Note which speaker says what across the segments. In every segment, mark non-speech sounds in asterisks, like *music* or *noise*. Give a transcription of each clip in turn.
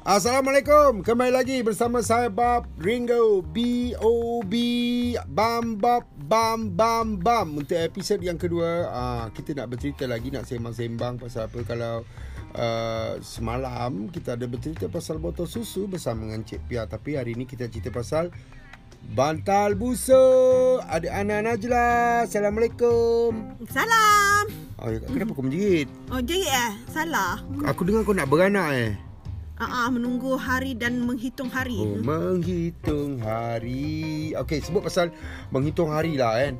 Speaker 1: Assalamualaikum Kembali lagi bersama saya Bob Ringo B.O.B Bam Bob Bam Bam Bam Untuk episod yang kedua uh, Kita nak bercerita lagi Nak sembang-sembang Pasal apa kalau uh, Semalam Kita ada bercerita pasal botol susu Bersama dengan Cik Pia Tapi hari ini kita cerita pasal Bantal busa Ada Ana Najla Assalamualaikum
Speaker 2: Salam.
Speaker 1: oh, Kenapa kau menjerit?
Speaker 2: Oh, jadi eh salah.
Speaker 1: Aku dengar kau nak beranak eh
Speaker 2: Ah, ah, menunggu hari dan menghitung hari.
Speaker 1: Oh, menghitung hari. Okey, sebut pasal menghitung hari lah kan.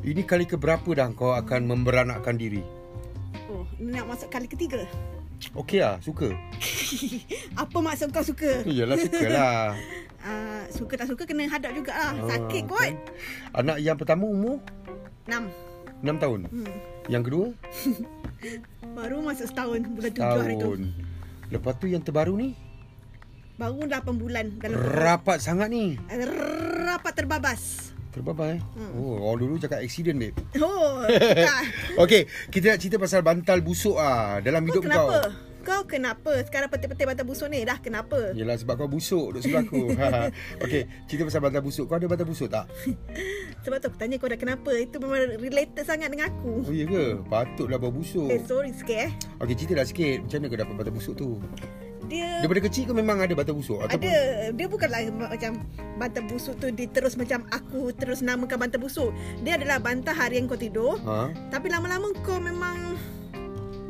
Speaker 1: Ini kali keberapa dah kau akan memberanakkan diri?
Speaker 2: Oh, ni nak masuk kali ketiga. *laughs*
Speaker 1: Okey lah, suka.
Speaker 2: Apa maksud kau suka?
Speaker 1: Iyalah, suka lah.
Speaker 2: Ah, suka tak suka kena hadap jugalah.
Speaker 1: Ah,
Speaker 2: *laughs* Sakit
Speaker 1: kan.
Speaker 2: kot.
Speaker 1: Anak yang pertama umur
Speaker 2: Enam.
Speaker 1: 6 tahun.
Speaker 2: Hmm.
Speaker 1: Yang kedua,
Speaker 2: Baru masuk setahun bulan tujuh hari tu.
Speaker 1: tahun. Lepas tu yang terbaru ni,
Speaker 2: Baru lapan bulan dalam
Speaker 1: rapat sangat ni.
Speaker 2: rapat terbabas.
Speaker 1: Terbabai. Eh?
Speaker 2: Hmm.
Speaker 1: Oh, orang dulu cakap accident, babe.
Speaker 2: Oh,
Speaker 1: *laughs*
Speaker 2: tak.
Speaker 1: Okey, kita nak cerita pasal bantal busuk ah dalam
Speaker 2: Kau
Speaker 1: hidup kau.
Speaker 2: Oh, kenapa? Kau kenapa? Sekarang petik-petik batang busuk ni dah kenapa?
Speaker 1: Yelah sebab kau busuk duduk sebelah
Speaker 2: *laughs*
Speaker 1: aku *laughs* Okey, cerita pasal bantal busuk Kau ada bantal busuk tak?
Speaker 2: Sebab tu aku tanya kau dah kenapa. Itu memang related sangat dengan
Speaker 1: Oh
Speaker 2: aku.
Speaker 1: iya ke? Patutlah bau busuk
Speaker 2: Eh, sorry sikit eh.
Speaker 1: Okey, cerita lah sikit Macam mana kau dapat bantal busuk tu?
Speaker 2: Dia
Speaker 1: Daripada kecil kau memang ada bantal busuk?
Speaker 2: Ada Dia bukanlah macam Bantal busuk tu Dia terus macam Aku terus namakan bantal busuk Dia adalah bantal harian kau tidur
Speaker 1: Ha?
Speaker 2: Tapi lama-lama kau memang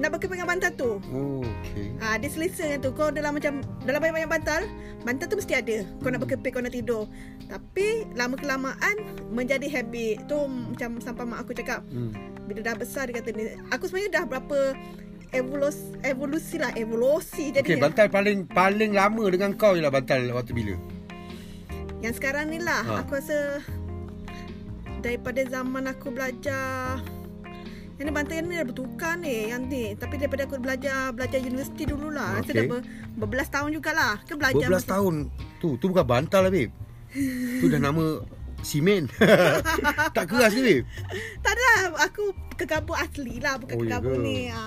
Speaker 2: Nak berkembang dengan bantal tu
Speaker 1: Oh, okey
Speaker 2: Ha, dia selesa dengan tu Kau dalam macam Dalam banyak-banyak bantal Bantal tu mesti ada Kau nak berkepit Kau nak tidur Tapi Lama-kelamaan Menjadi habit Tu macam Sampai mak aku cakap
Speaker 1: hmm.
Speaker 2: Bila dah besar Dia kata ni Aku sebenarnya dah berapa Evolusi, evolusi lah Evolusi jadi
Speaker 1: Okey, bantal paling paling lama dengan kau ialah bantal waktu bila?
Speaker 2: Yang sekarang ni lah
Speaker 1: Ha.
Speaker 2: ha. Aku rasa Daripada zaman aku belajar Yang ni bantai ni dah bertukar ni Yang ni Tapi daripada aku belajar Belajar universiti dululah Rasa
Speaker 1: Okey.
Speaker 2: dah ber, berbelas tahun jugalah Ke belajar
Speaker 1: Berbelas
Speaker 2: masa-
Speaker 1: tahun Tu, tu bukan bantal lah, babe Tu dah nama simen *laughs* Tak keras ke, babe?
Speaker 2: Tak ada lah, Aku kekabut asli lah Bukan
Speaker 1: Oh,
Speaker 2: oh,
Speaker 1: ya
Speaker 2: kekabut
Speaker 1: ke?
Speaker 2: ni ha.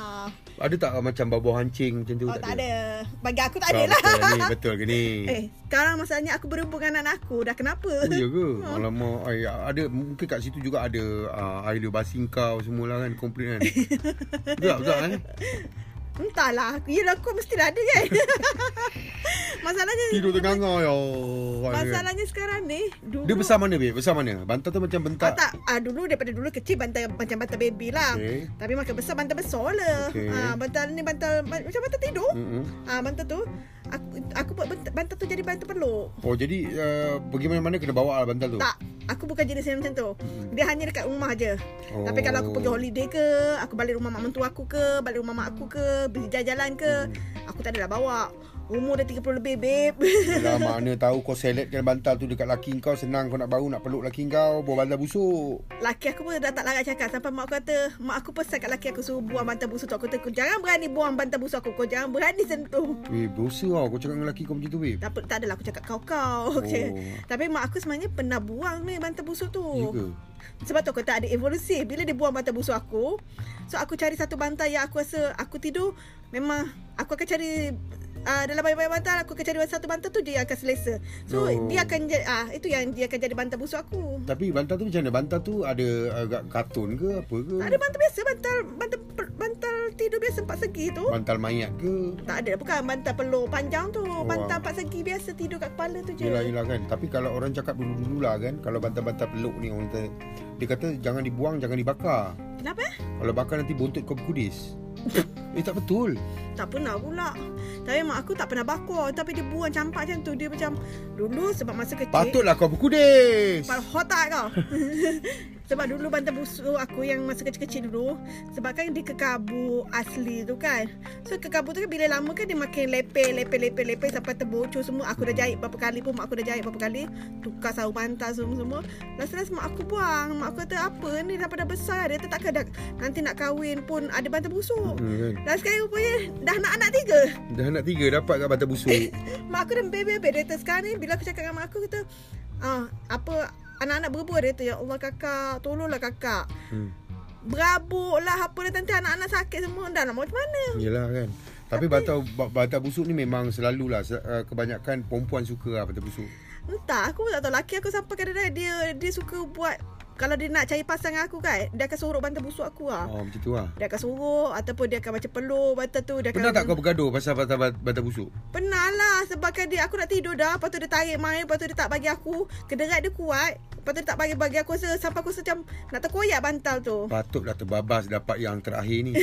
Speaker 1: Ada tak macam bau-bau hancing macam tu?
Speaker 2: Oh, tak ada Bagi aku tak ada
Speaker 1: Ah, betul
Speaker 2: lah
Speaker 1: lah ni,
Speaker 2: *laughs*
Speaker 1: betul ke ni?
Speaker 2: Eh sekarang masalahnya Aku berhubung dengan anak aku Dah kenapa
Speaker 1: Oh
Speaker 2: *laughs*
Speaker 1: ya ke?
Speaker 2: Ha.
Speaker 1: Alamak ay, Ada mungkin kat situ juga ada uh, Air liur basi kau semualah kan Komplain kan Betul tak? Betul tak kan?
Speaker 2: Entahlah Yelah lah. Ya, aku mestilah ada
Speaker 1: *laughs*
Speaker 2: kan *laughs* Masalahnya
Speaker 1: Tidur ternganga ya
Speaker 2: Masalahnya sekarang ni dulu,
Speaker 1: Dia besar mana babe? Besar mana? Bantal tu macam
Speaker 2: Ah,
Speaker 1: bentak
Speaker 2: tak ah, Dulu daripada dulu kecil bantal Macam bantal baby lah
Speaker 1: Okey.
Speaker 2: Tapi makin besar bantal besar lah
Speaker 1: Okey.
Speaker 2: ah, Bantal ni bantal ba- Macam bantal tidur
Speaker 1: Mm-mm.
Speaker 2: ah, Bantal tu Aku, aku buat bantal, bantal tu jadi bantal peluk
Speaker 1: Oh jadi uh, Bagaimana-mana kena bawa lah bantal tu?
Speaker 2: Tak Aku bukan jenis yang macam tu Dia hanya dekat rumah je
Speaker 1: Hmm. Oh.
Speaker 2: Tapi kalau aku pergi holiday ke Aku balik rumah mak mentua aku ke Balik rumah mak aku ke Pergi jalan-jalan ke
Speaker 1: Hmm.
Speaker 2: Aku tak adalah bawa Umur dah 30 lebih babe *laughs*
Speaker 1: Dah mana tahu kau seletkan bantal tu dekat laki kau Senang kau nak bau nak peluk laki kau Buat bantal busuk
Speaker 2: Laki aku pun dah tak larat cakap Sampai mak aku kata Mak aku pesan kat laki aku Suruh buang bantal busuk tu Aku kata kau jangan berani buang bantal busuk aku Kau jangan berani sentuh
Speaker 1: Weh dosa tau kau cakap dengan laki kau macam tu babe
Speaker 2: tak, apa- tak adalah aku cakap kau-kau *laughs*
Speaker 1: Oh.
Speaker 2: oh. Tapi mak aku sebenarnya pernah buang ni bantal busuk tu
Speaker 1: Ya ke?
Speaker 2: Sebab tu aku tak ada evolusi Bila dia buang bantal busuk aku So aku cari satu bantal yang aku rasa Aku tidur Memang aku akan cari Uh, dalam banyak-banyak bantal Aku akan cari satu bantal tu Dia yang akan selesa
Speaker 1: Oh.
Speaker 2: So oh. dia akan uh, Itu yang dia akan jadi bantal busuk aku
Speaker 1: Tapi bantal tu macam mana? Bantal tu ada agak kartun ke apa ke?
Speaker 2: Tak ada bantal biasa Bantal bantal per- bantal tidur biasa empat segi tu
Speaker 1: Bantal mayat ke?
Speaker 2: Tak ada bukan bantal peluh panjang tu
Speaker 1: wah.
Speaker 2: Bantal empat segi biasa tidur kat kepala tu je
Speaker 1: Yelah yelah kan Tapi kalau orang cakap dulu-dulu lah kan Kalau bantal-bantal peluk ni orang kata Dia kata jangan dibuang jangan dibakar
Speaker 2: Kenapa eh?
Speaker 1: Kalau bakar nanti buntut kau *laughs* berkudis Eh tak betul
Speaker 2: Tak pernah pula Tapi mak aku tak pernah bakar Tapi dia buang campak macam tu Dia macam Dulu sebab masa kecil
Speaker 1: Patutlah kau berkudis
Speaker 2: Kepala hotak kau *laughs* Sebab dulu bantal busuk aku yang masa kecil-kecil dulu Sebab kan dia kekabut asli tu kan So kekabut tu kan bila lama kan dia makin lepeh Lepeh lepeh lepeh sampai terbocor semua Aku dah jahit berapa kali pun mak aku dah jahit berapa kali Tukar sarung bantal semua-semua Last-last mak aku buang Mak aku kata apa ni dah pada besar Dia kata takkan dah, nanti nak kahwin pun ada bantal busuk
Speaker 1: hmm, kan?
Speaker 2: Dan sekarang rupanya dah nak anak tiga
Speaker 1: Dah nak tiga dapat kat bantal busuk
Speaker 2: Mak aku dah bebek-bebek Dia kata sekarang ni Bila aku cakap dengan mak aku Kata ah, Apa Anak-anak berbual Dia kata Ya Allah kakak Tolonglah kakak
Speaker 1: hmm.
Speaker 2: Berabuk lah Apa dia nanti Anak-anak sakit semua Dah nak buat macam mana
Speaker 1: Yelah kan Tapi, bantal ba- bantal busuk ni memang selalulah se- uh, kebanyakan perempuan suka lah bantal busuk.
Speaker 2: Entah aku pun tak tahu Laki aku sampai kadang-kadang dia Dia suka buat Kalau dia nak cari pasangan aku kan Dia akan sorok bantal busuk aku lah
Speaker 1: Oh macam tu lah.
Speaker 2: Dia akan sorok Ataupun dia akan macam peluh bantal tu dia
Speaker 1: Pernah
Speaker 2: akan,
Speaker 1: tak kau bergaduh pasal bantal bantal busuk?
Speaker 2: Pernah lah Sebabkan dia Aku nak tidur dah Lepas tu dia tarik main Lepas tu dia tak bagi aku Kederat dia kuat Lepas tu dia tak bagi-bagi aku rasa, Sampai aku rasa macam Nak terkoyak bantal tu
Speaker 1: Patutlah terbabas dapat yang terakhir ni.